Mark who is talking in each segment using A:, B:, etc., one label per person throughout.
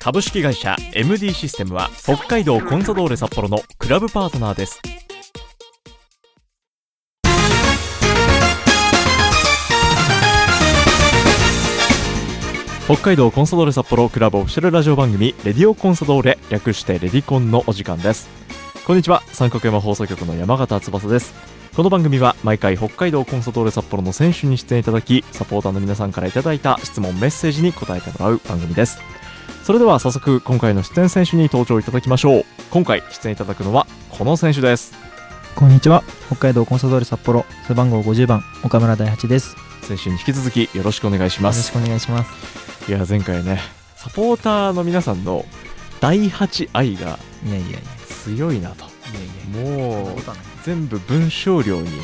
A: 株式会社 MD システムは北海道コンサドーレ札幌のクラブパートナーです北海道コンサドーレ札幌クラブオフィシャルラジオ番組レディオコンサドーレ略してレディコンのお時間ですこんにちは三角山放送局の山形翼ですこの番組は毎回北海道コンサドーレ札幌の選手に出演いただきサポーターの皆さんからいただいた質問メッセージに答えてもらう番組ですそれでは早速今回の出演選手に登場いただきましょう今回出演いただくのはこの選手です
B: こんにちは北海道コンサドーレ札幌背番号50番岡村大八ですよ
A: 選手に引き続きよろしくお願いし
B: ろ
A: ま
B: し
A: す
B: くお願いします
A: いや前回ねサポーターの皆さんの第8愛が
B: いやいやいやいや
A: 強いなと
B: いや
A: もう
B: そんなことは
A: 全部文章量に現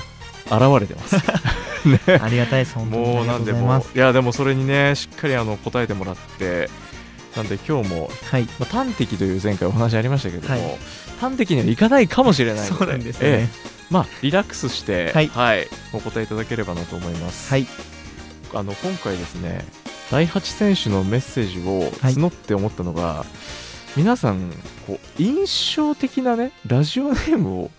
A: れてます
B: ないありがたいです本当にあ
A: もう
B: り
A: な
B: が
A: ん
B: とうご
A: で
B: ざいま
A: も
B: す
A: いやでもそれにねしっかりあの答えてもらってなんで今日も、
B: はい
A: まあ、端的という前回お話ありましたけども、
B: はい
A: 端的にはいかないかもしれないの
B: そうなんです
A: ええ
B: ね
A: まあ、リラックスして、は、
B: はいい
A: お答えいただければなと思います。
B: はい
A: あの、今回ですね、第8選手のメッセージを
B: はい
A: 募って思ったのが、皆さん、こう、印象的なね、ラジオネームを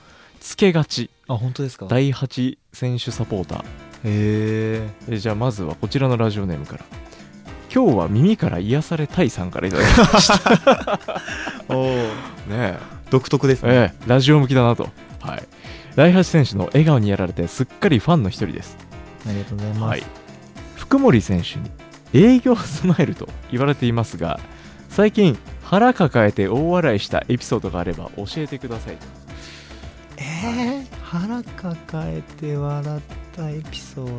A: つけがち。
B: あ本当ですかへ
A: 第8選手サポーター。
B: え
A: えじゃあ、まずはこちらのラジオネームから。今日は耳から癒されたいさんからいただきました
B: おお
A: ね え
B: 独特です
A: ええ、ラジオ向きだなと。はい。第8選手の笑顔にやられて、すっかりファンの一人です。
B: ありがとうございます、
A: はい、福森選手に営業スマイルと言われていますが最近腹抱えて大笑いしたエピソードがあれば教えてください
B: ええ腹抱えて笑ったエピソード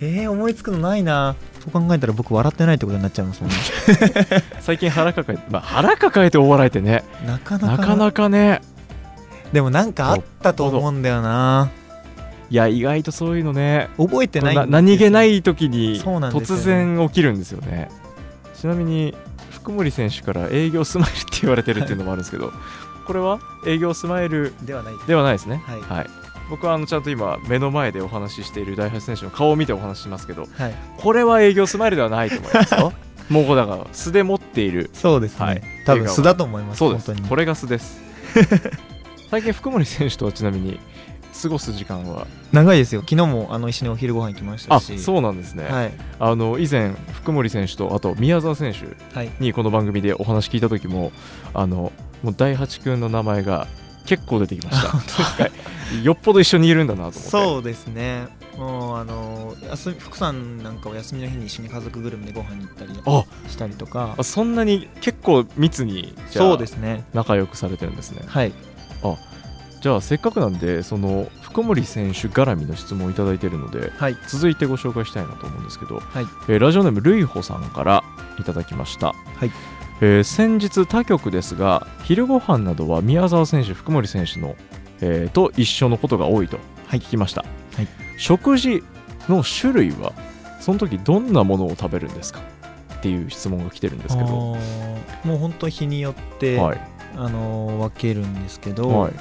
B: ええ思いつくのないなそう考えたら僕笑ってないってことになっちゃいますもんね
A: 最近腹抱えて、まあ、腹抱えて大笑いってね
B: なかなか
A: なかなかね
B: でもなんかあったと思うんだよない
A: や意外とそういうのね
B: 覚えてないんですよ
A: 何気ない時に
B: そうなんです
A: 突
B: よね
A: 然起きるんですよねちなみに福森選手から営業スマイルって言われてるっていうのもあるんですけど、これは営業スマイル
B: ではない
A: ではないですね。
B: はい
A: 僕はあのちゃんと今目の前でお話ししている大橋選手の顔を見てお話ししますけど、
B: はい
A: これは営業スマイルではないと思います よ。もうこうだから素で持っている。
B: そうですね、
A: はい
B: 多分素だと思います
A: そうです
B: 本当。に
A: これが素 です。最近福森選手とはちなみに過ごす時間は
B: 長いですよ昨日もあの一緒にお昼ご飯行きました
A: あ
B: し
A: そうなんですね。
B: はい
A: あの以前福森選手とあと宮澤選手
B: はい
A: にこの番組でお話聞いた時もあのもう大八君の名前が結構出てきました。 はいよっぽど一緒にいるんだなと思って。
B: そうですねもうあの休み福さんなんかお休みの日に一緒に家族ぐるみでご飯に行ったり
A: あ
B: したりとか
A: あそんなに結構密にじゃあ
B: そうですね
A: 仲良くされてるんですね
B: はい
A: じゃあせっかくなんでその福森選手絡みの質問をいただいてるので
B: はい
A: 続いてご紹介したいなと思うんですけど、
B: はい
A: えーラジオネームるいほさんからいただきました、
B: はい
A: えー先日他局ですが昼ご飯などは宮澤選手福森選手の、えーと一緒のことが多いと聞きました、
B: はい
A: 食事の種類はその時どんなものを食べるんですかっていう質問が来てるんですけ
B: あー
A: ど
B: もう本当日によって、
A: はい
B: あの分けるんですけど、
A: はい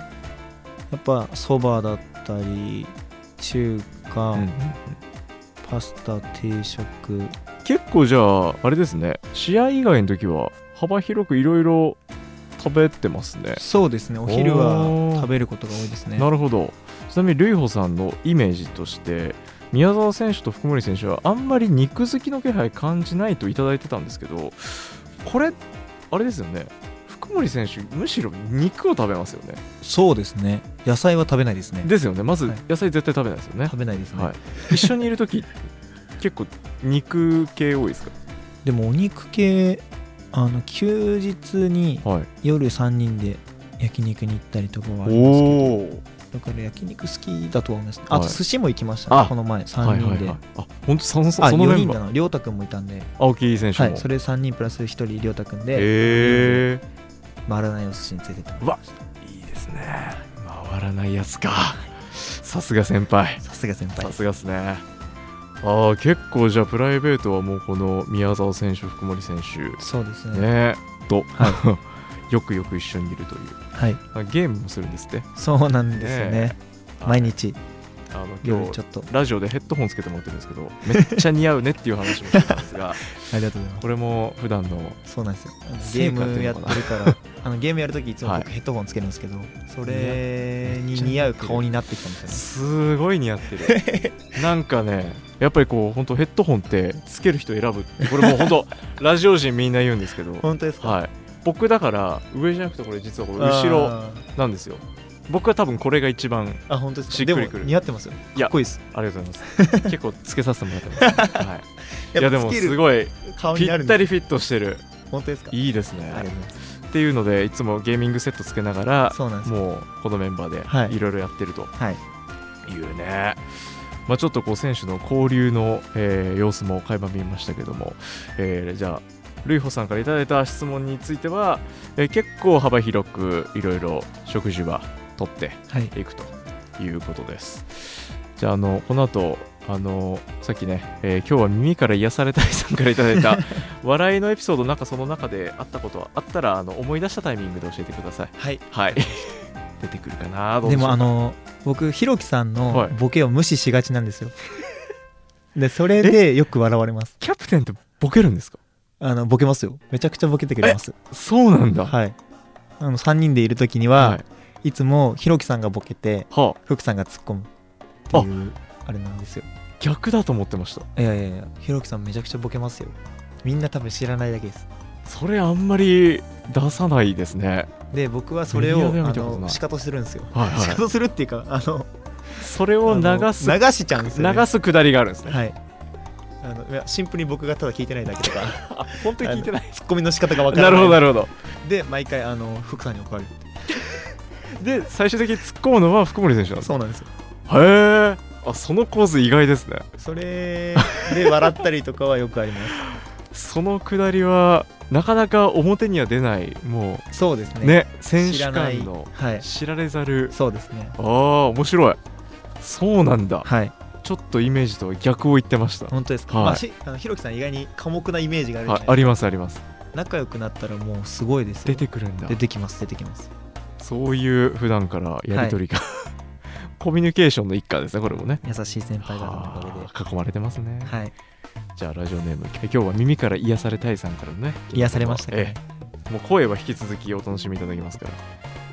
B: やっぱそばだったり中華、
A: うん
B: パスタ定食
A: 結構じゃああれですね試合以外の時は幅広くいろいろ食べてますね
B: そうですねお昼は
A: おー
B: 食べることが多いですね
A: なるほどちなみにルイホさんのイメージとして宮澤選手と福森選手はあんまり肉好きの気配感じないといただいてたんですけどこれあれですよね福森選手むしろ肉を食べますよね
B: そうですね野菜は食べないですね
A: ですよねまず
B: はい
A: 野菜絶対食べないですよね、
B: 食べないですね、
A: はい、一緒にいる時結構肉系多いですか
B: でもお肉系あの休日に
A: はい
B: 夜3人で焼肉に行ったりとかはあ
A: お
B: りますけ
A: お
B: どだから焼肉好きだとは思います、ね
A: はい
B: あと寿司も行きましたね
A: あ
B: この前
A: は
B: 3
A: い
B: 人で、
A: はいはいあ本当そのそ
B: あ
A: の
B: 4
A: メン
B: 人
A: バー
B: だな亮太くんもいたんで、
A: 青木選手
B: は
A: も、
B: い、それ3人プラス1人亮太くんで
A: へえ
B: 回らないお寿司に連れてってもらいました
A: ね回らないやつかさすが先輩
B: さすが先輩
A: さすがっすねああ結構じゃあプライベートはもうこの宮澤選手福森選手
B: そうですね
A: ねと、
B: は
A: よくよく一緒にいるという
B: はい
A: あゲームもするんですって
B: そうなんですよね
A: ね
B: 毎日
A: あの今
B: 夜
A: 日
B: ちょっと
A: ラジオでヘッドホンつけてもらってるんですけどめっちゃ似合うねっていう話もしてたんですが
B: ありがとうございます
A: これも普段の
B: そうなんですよゲ
A: 成
B: ー
A: 果って
B: ム
A: い
B: や
A: う
B: っ
A: の
B: て
A: かな
B: るからあのゲームやるときいつも
A: はい
B: 僕ヘッドホンつけるんですけど、それに似合う顔になってきたんですよ
A: すごい似合って るなんかねやっぱりこう本当ヘッドホンってつける人選ぶってこれもう 本当ラジオ人みんな言うんですけど
B: ね本当ですか、
A: はい僕だから上じゃなくてこれ実はこれ後ろ
B: あ
A: なんですよ僕は多分これが一番
B: ーあ本当ですか
A: しっくりくる
B: でも似合ってますよ
A: いや
B: かっこいいです
A: ありがとうございます 結構つけさせてもらってます、はい、いやでもす
B: い
A: ごい
B: 顔
A: ぴ
B: になる
A: っ
B: ん
A: た
B: で
A: り
B: す
A: フィットしてる
B: 本当ですか
A: いいですね
B: ありがとうございま
A: っていうのでいつもゲーミングセットつけながら
B: すそうなんですよ
A: もうこのメンバ
B: は
A: ー
B: い
A: でいろいろやってると
B: はい
A: いうね、まあ、ちょっとこう選手の交流の、えー様子も垣間見えましたけども、えーじゃあルイホさんからいただいた質問については、えー結構幅広くいろいろ食事はとって
B: はい
A: いくということですじゃああのこの後あのさっきね、えー今日は耳から癒されたいさんからいただ いた笑いのエピソードなんかその中であったことはあったらあの思い出したタイミングで教えてください
B: はい
A: はい出てくるかなどう
B: で
A: しょう
B: も
A: か
B: あの僕ひろきさん
A: は
B: の
A: い
B: ボケを無視しがちなんで すよでそれでよく笑われます
A: キャプテンってボケるんですか
B: あのボケますよめちゃくちゃボケてくれます
A: そうなんだ。
B: はいあの3人でいる時には、い、つもひろきさんがボケて
A: い。はあ、
B: ふくさんが突っ込むっていうあれなんですよ
A: 逆だと思ってました。
B: いやいやいやひろきさんめちゃくちゃボケますよみんな多分知らないだけです
A: それあんまり出さないですね。
B: で僕はそれ
A: メディア
B: を
A: では
B: あ
A: 見たことない
B: の仕方するんですよ
A: はい
B: 仕方するっていうかあの
A: それを流す、
B: あの流しちゃうんですよ、ね、
A: 流すくだりがあるんですね。
B: はいあのいやシンプルに僕がただ聞いてないだけとか
A: あ、本当に 聞いてない。
B: ツッコミの仕方がわか
A: な
B: らな
A: いるほど、なるほど。
B: で毎回あの福さんに怒られる
A: で、最終的に突っ込むのは福森選手なんです
B: そうなんですよ
A: へえ。あ、その構図意外ですね。
B: それで笑ったりとかはよくありま
A: そのくだりは、なかなか表には出ない、も
B: すそうです
A: う、ね、選手間の
B: 知らないはい
A: 知られざる。
B: そうですね
A: ああ、面白い。そうなんだ。
B: はい
A: ちょっとイメージとは逆を言ってました。
B: 本当ですか、
A: はい
B: まあ、しあのひろきさん意外に寡黙なイメージがあるじゃ
A: は
B: ないい、
A: あ
B: で
A: ります、あります。
B: すか仲良くなったらもうすごいですよ
A: 出てくるんだ。
B: 出てきます出てきます
A: そういう普段からやり取りが、コミュニケーションの一環ですね、これもね。
B: 優しい先輩方のおかげで
A: はあ囲まれてますね、
B: はい
A: じゃあラジオネームえ今日は耳から癒されたいさんからのね
B: 癒されました
A: え
B: ね
A: えもう声は引き続きお楽しみいただけますから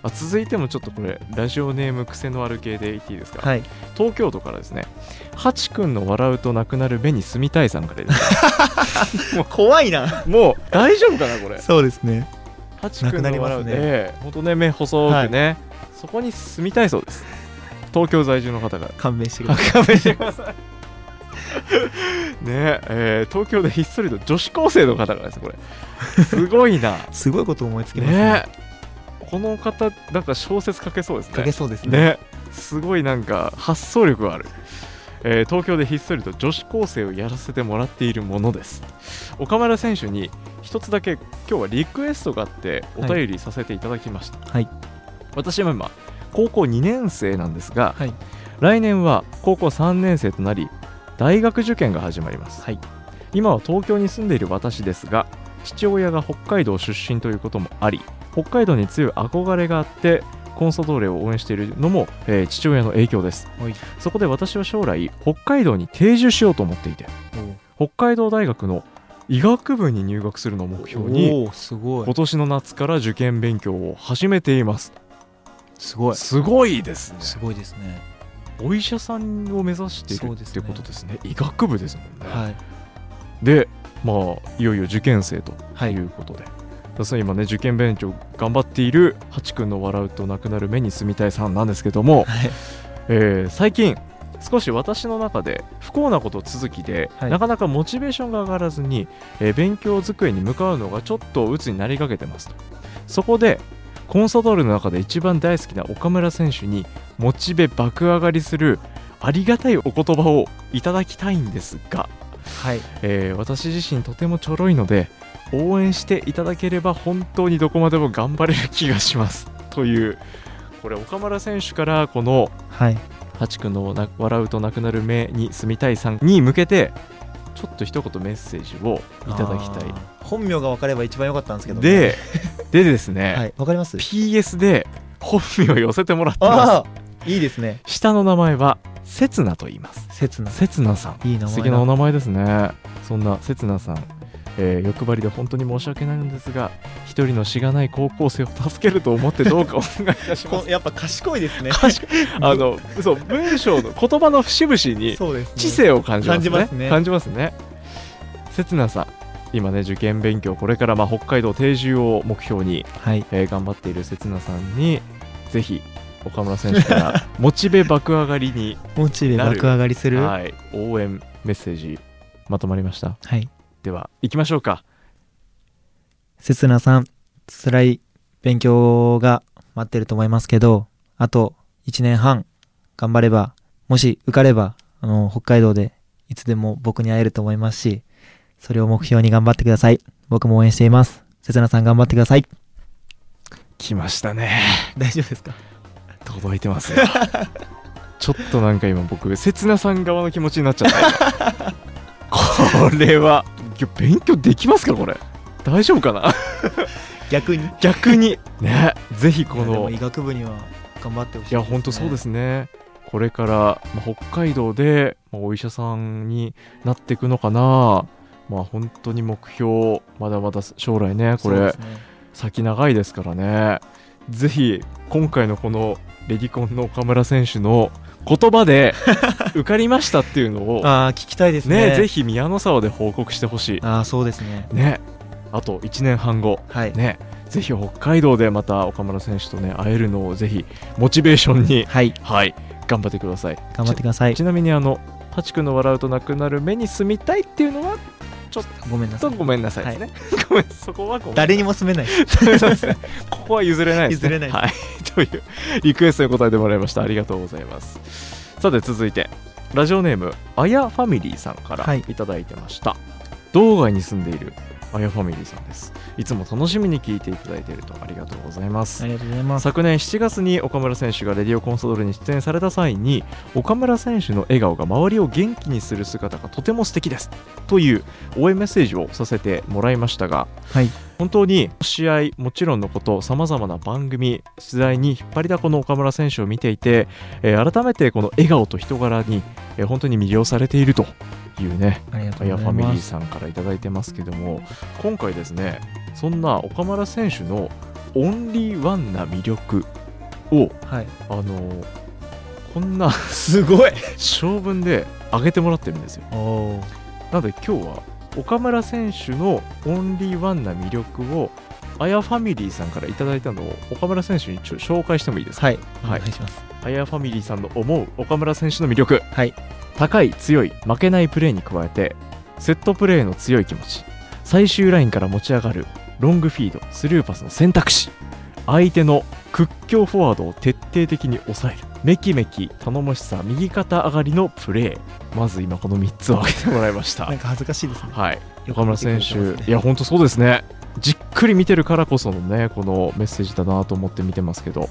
A: あ続いてもちょっとこれラジオネーム癖のある系で言っていいですか、
B: はい
A: 東京都からですねハチくんの笑うとなくなる目に住みたいさんからです
B: 怖いな
A: もう 大丈夫かなこれ
B: そうですね
A: ハチ君の笑う
B: なくなりますね
A: で、本当ね、目細くね、そこに住みたいそうです。東京在住の方が。
B: 勘弁してください
A: 勘弁してください。ねえー東京でひっそりと女子高生の方がですね、これ。すご いな。
B: すごいこと思いつきますね
A: ねえこの方、なんか小説書けそうですね。
B: かけそうですね
A: ねすごいなんか発想力がある、えー東京でひっそりと女子高生をやらせてもらっているものです岡村選手に一つだけ今日はリクエストがあってお
B: は
A: 便
B: い
A: りさせていただきました、
B: はい
A: 私は今高校2年生なんですが、
B: はい
A: 来年は高校3年生となり大学受験が始まります、
B: はい
A: 今は東京に住んでいる私ですが父親が北海道出身ということもあり北海道に強い憧れがあってコンソドーレを応援しているのも、えー父親の影響です
B: はい
A: そこで私は将来北海道に定住しようと思っていて北海道大学の医学部に入学するのを目標に
B: おーすご
A: 今年の夏から受験勉強を始めています
B: すご
A: すごいですね
B: ごいですね
A: お医者さんを目指してい
B: そ
A: る
B: う
A: っ
B: です
A: て
B: ね
A: ことですね医学部ですもんね、
B: はい
A: でまあいよいよ受験生と
B: はい
A: いうことで、だから今ね受験勉強頑張っているハチ君の笑うとなくなる目に住みたいさんなんですけども、
B: はい
A: えー最近少し私の中で不幸なこと続きで、
B: はい
A: なかなかモチベーションが上がらずに、えー勉強机に向かうのがちょっと鬱になりかけてますとそこでコンサドールの中で一番大好きな岡村選手にモチベ爆上がりするありがたいお言葉をいただきたいんですが
B: はい
A: えー私自身とてもちょろいので 応援していただければ本当にどこまでも頑張れる気がしますというこれ岡村選手からこの
B: はい
A: ハチ君のな「笑うとなくなる目に住みたいさん」に向けてちょっと一言メッセージをいただきた
B: あー本名が分かれば一番良かったんですけど
A: い
B: ね
A: ででですね、
B: はい分かります
A: PS で本名を寄せてもらってます
B: ああいいですね
A: 下の名前はせつなと言います
B: 刹那
A: せつなさん
B: いい名
A: 素
B: 前
A: 敵
B: だ
A: なお名前ですねそんなせつなさん、えー欲張りで本当に申し訳ないのですが一人のしがない高校生を助けると思ってどうかお願いいたしま
B: こ
A: す
B: やっぱ賢いですね
A: 賢 あのそう文章の言葉の節々に
B: そうですね
A: 知性を感じますね
B: 感じますね
A: 感じますね刹那さん今ね受験勉強これからまあ北海道定住を目標に、
B: はい
A: えー頑張っている刹那さんにぜひ岡村選手から モチベ爆上がりに、
B: モチベ爆上がりするは
A: はい、応援メッセージまとまりました
B: い
A: では行きましょうか
B: 刹那さん辛い勉強が待ってると思いますけどあと1年半頑張ればもし受かればあの北海道でいつでも僕に会えると思いますしそれを目標に頑張ってください僕も応援しています刹那さん頑張ってください
A: 来ましたね
B: 大丈夫ですか
A: 届いてますよ ちょっとなんか今僕刹那さん側の気持ちになっちゃった これはいや勉強できますかこれ大丈夫かな
B: 逆に
A: 逆にねぜひこ
B: この
A: の
B: 医
A: い
B: 学部には頑張ってほしい
A: や本当そうですすねこれから、まあ、北海道で、まあ、お医者さんになっていくのかなまあ本当に目標まだまだ将来ねこれ
B: そうですね
A: 先長いですからねぜひ今回のこのレディコンの岡村選手の言葉 で受かりましたっていうのをね
B: ああ聞きたいですね
A: ぜひ宮の沢で報告してほし
B: ああそうですね
A: いねあと1年半後
B: はい
A: ねぜひ北海道でまた岡村選手とね会えるのをぜひモチベーションに
B: はい
A: はい頑張ってください
B: 頑張ってください
A: ちなみにあのハチ君の笑うとなくなる目に住みたいっていうのは
B: ごめんな
A: ちょ
B: さ
A: っ
B: い
A: とごめんなさいですね、 ごめんそこはごめんなさい
B: 誰にも住めない
A: そうですね。 ここは譲れないです、ね。
B: 譲れない
A: はい。というリクエストに答えてもらいました。ありがとうございます。さて続いてラジオネームあやファミリーさんから
B: はい
A: いただいてました。道外に住んでいるあやファミリーさんです。いつも楽しみに聞いていただいているとありがとうございます。
B: ありがとうございます。
A: 昨年7月に岡村選手がレディオコンソドールに出演された際に岡村選手の笑顔が周りを元気にする姿がとても素敵ですという応援メッセージをさせてもらいましたが、
B: はい
A: 本当に試合もちろんのことさまざまな番組取材に引っ張りだこの岡村選手を見ていて、えー改めてこの笑顔と人柄に、えー本当に魅了されているというね
B: ありがとう
A: ヤフ
B: ござ
A: ァ
B: い
A: ミリ
B: ま
A: ー
B: す。
A: さんからいただいてますけども今回ですねそんな岡村選手のオンリーワンな魅力を
B: はい。
A: あのーこんな
B: すごい。
A: 長文で上げてもらってるんですよ
B: おお。
A: なので今日は岡村選手のオンリーワンな魅力をあやファミリーさんからいただいたのを岡村選手にちょ紹介してもいいですか
B: はい。お
A: はい
B: 願いします。
A: あやファミリーさんの思う岡村選手の魅力
B: はい。
A: 高い強い負けないプレーに加えてセットプレーの強い気持ち最終ラインから持ち上がるロングフィードスルーパスの選択肢相手の屈強フォワードを徹底的に抑えるめきめき頼もしさ右肩上がりのプレーまず今この3つを挙げてもらいました
B: なんか恥ずかしいですね。
A: はい
B: よく
A: 岡村選
B: 見てくれてます
A: 手、
B: ね
A: いや、本当そうですね、じっくり見てるからこそのね、このメッセージだなと思って見てますけど、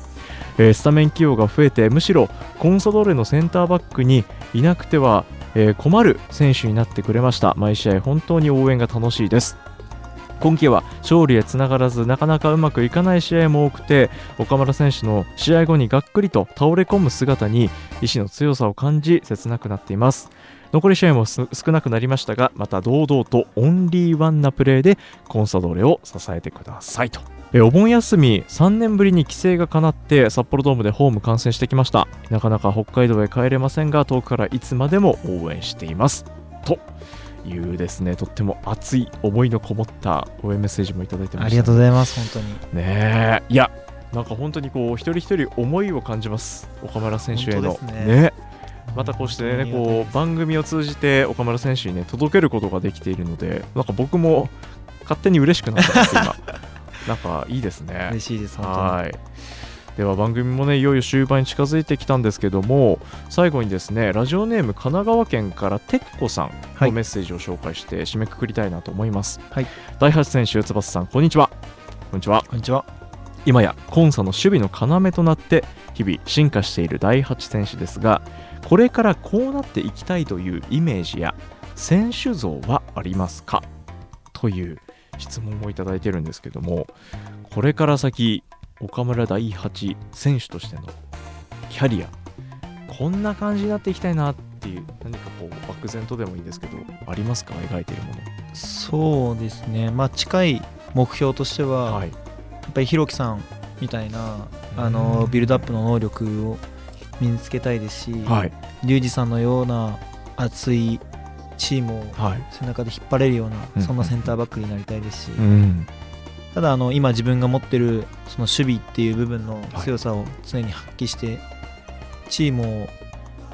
A: えースタメン起用が増えて、むしろコンサドーレのセンターバックにいなくては、えー困る選手になってくれました、毎試合、本当に応援が楽しいです。今季は勝利へつながらずなかなかうまくいかない試合も多くて岡村選手の試合後にがっくりと倒れ込む姿に意志の強さを感じ切なくなっています残り試合もす少なくなりましたがまた堂々とオンリーワンなプレーでコンサドーレを支えてくださいとえお盆休み3年ぶりに帰省がかなって札幌ドームでホーム観戦してきましたなかなか北海道へ帰れませんが遠くからいつまでも応援していますというですねとっても熱い思いのこもった応援メッセージもいただいてました
B: ありがとうございます。本
A: ねえいやなんか本当にこう一人一人思いを感じます岡村選手への
B: 本当ですね当に。
A: またこうしてね
B: 本当に
A: こう番組を通じて岡村選手にね届けることができているのでなんか僕も勝手に嬉しくなったんです 今なんかいいです
B: ありがたい
A: ね
B: 嬉しいです。本当に。
A: はいでは番組もねいよいよ終盤に近づいてきたんですけども最後にですねラジオネーム神奈川県からてっこさん
B: は
A: の
B: い
A: メッセージを紹介して締めくくりたいなと思います、
B: はい
A: 大橋選手翼さんこんにちはこんにちは
B: こんにちは。
A: 今や今サの守備の要となって日々進化している第8選手ですがこれからこうなっていきたいというイメージや選手像はありますかという質問をいただいてるんですけどもこれから先岡村第8選手としてのキャリアこんな感じになっていきたいなっていう何かこう漠然とでもいいんですけどありますか描いてるも
B: そうですね、まあ、近い目標として
A: の
B: は、
A: はい
B: やっぱりひろきさんみたいな
A: うん
B: あのビルドアップの能力を身につけたいですし、
A: はい
B: リュウジさんのような熱いチームを
A: はい
B: 背中で引っ張れるよう
A: うん
B: なそんなセンターバックになりたいですし、
A: うん
B: ただあの今自分が持ってるその守備っていう部分の強さを常に発揮してチームを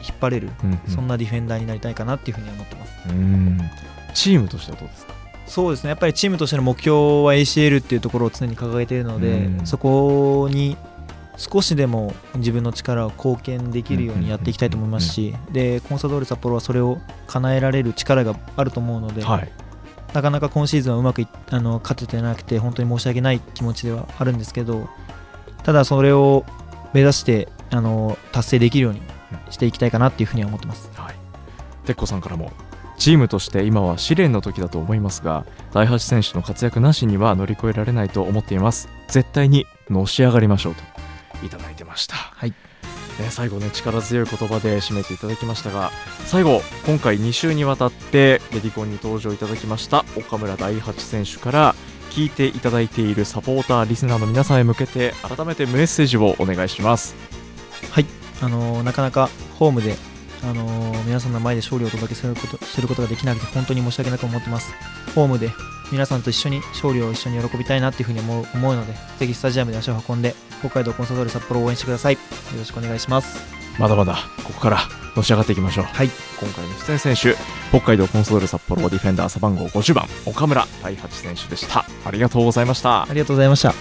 B: 引っ張れる、
A: うん
B: そんなディフェンダーになりたいかなっていうふうには思ってます。
A: うんチームとしてはどうですか
B: そうですねやっぱりチームとしての目標は ACL っていうところを常に掲げているので、
A: うん
B: そこに少しでも自分の力を貢献できるようにやっていきたいと思いますし、でコンサドーレ札幌はそれを叶えられる力があると思うので、
A: はい
B: なかなか今シーズンはうまくいあの勝ててなくて本当に申し訳ない気持ちではあるんですけどただそれを目指してあの達成できるようにしていきたいかなっていうふうには思ってます。
A: はい鉄子さんからもチームとして今は試練の時だと思いますが第8選手の活躍なしには乗り越えられないと思っています絶対にのし上がりましょうといただいてました、はいね、最後ね力強い言葉で締めていただきましたが最後今回2週にわたってレディコンに登場いただきました岡村第8選手から聞いていただいているサポーターリスナーの皆さんへ向けて改めてメッセージをお願いします
B: あのなかなかホームで、あの皆さんの前で勝利をお届けすることすることができなくて本当に申し訳なく思ってますホームで皆さんと一緒に勝利を一緒に喜びたいなっていうふうに思う思うのでぜひスタジアムで足を運んで北海道コンサドーレ札幌を応援してくださいよろしくお願いします
A: まだまだここからのし上がっていきましょう
B: はい
A: 今回の出演選手北海道コンソール札幌ディフェンダー背番号50番岡村大八選手でしたありがとうございました
B: ありがとうございました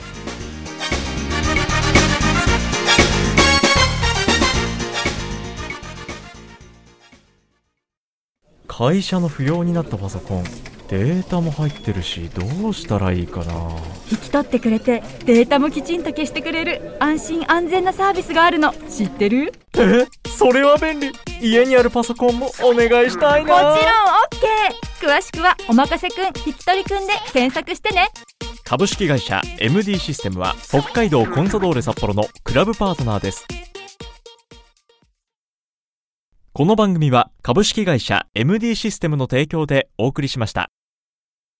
A: 会社の不要になったパソコンデータも入ってるしどうしたらいいかな
C: 引き取ってくれてデータもきちんと消してくれる安心安全なサービスがあるの知ってる
A: えそれは便利家にあるパソコンもお願いしたい
C: もちろん OK 詳しくは「おまかせくん引き取りくん」で検索してね
A: 株式会社 MD システムは北海道コンサドーレ札幌のクラブパートナーですこの番組は株式会社 MD システムの提供でお送りしました